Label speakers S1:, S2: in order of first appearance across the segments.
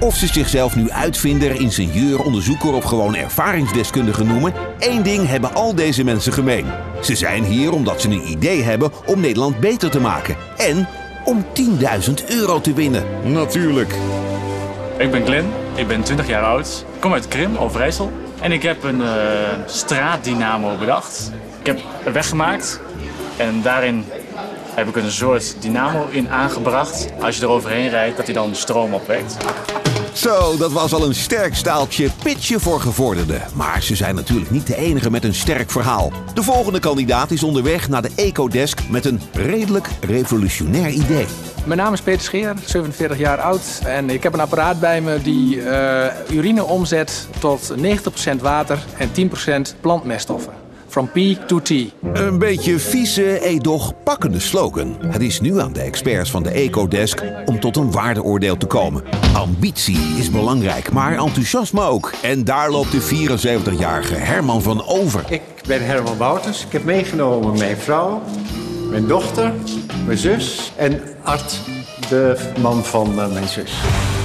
S1: Of ze zichzelf nu uitvinder, ingenieur, onderzoeker of gewoon ervaringsdeskundige noemen, één ding hebben al deze mensen gemeen. Ze zijn hier omdat ze een idee hebben om Nederland beter te maken en om 10.000 euro te winnen.
S2: Natuurlijk.
S3: Ik ben Glenn, ik ben 20 jaar oud, ik kom uit Krim, Overijssel. En ik heb een eh, straatdynamo bedacht. Ik heb een weg gemaakt en daarin heb ik een soort dynamo in aangebracht. Als je eroverheen rijdt, dat hij dan stroom opwekt.
S1: Zo, dat was al een sterk staaltje pitje voor gevorderden. Maar ze zijn natuurlijk niet de enige met een sterk verhaal. De volgende kandidaat is onderweg naar de Ecodesk met een redelijk revolutionair idee.
S4: Mijn naam is Peter Scheer, 47 jaar oud. En ik heb een apparaat bij me die eh, urine omzet tot 90% water en 10% plantmeststoffen. From P to T.
S1: Een beetje vieze, edoch pakkende slogan. Het is nu aan de experts van de Ecodesk om tot een waardeoordeel te komen. Ambitie is belangrijk, maar enthousiasme ook. En daar loopt de 74-jarige Herman van over.
S5: Ik ben Herman Wouters. Ik heb meegenomen mijn vrouw, mijn dochter, mijn zus en Art, de man van eh, mijn zus.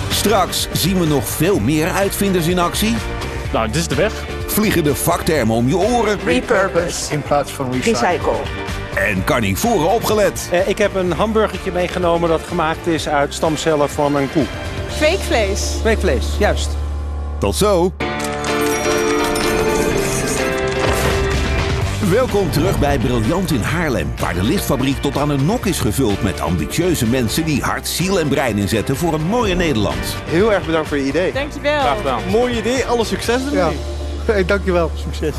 S1: Straks zien we nog veel meer uitvinders in actie.
S3: Nou, dit is de weg.
S1: Vliegen de vaktermen om je oren.
S6: repurpose,
S5: In plaats van
S6: recycle.
S1: En carnivoren opgelet.
S7: Eh, ik heb een hamburgertje meegenomen dat gemaakt is uit stamcellen van een koe.
S8: Fake vlees.
S4: Kweekvlees, juist.
S1: Tot zo. Welkom terug bij Briljant in Haarlem, waar de lichtfabriek tot aan een nok is gevuld met ambitieuze mensen die hart, ziel en brein inzetten voor een mooie Nederland.
S9: Heel erg bedankt voor je idee.
S8: Dankjewel.
S9: Mooi idee, alle succes ermee.
S5: Hey, dankjewel.
S9: Succes.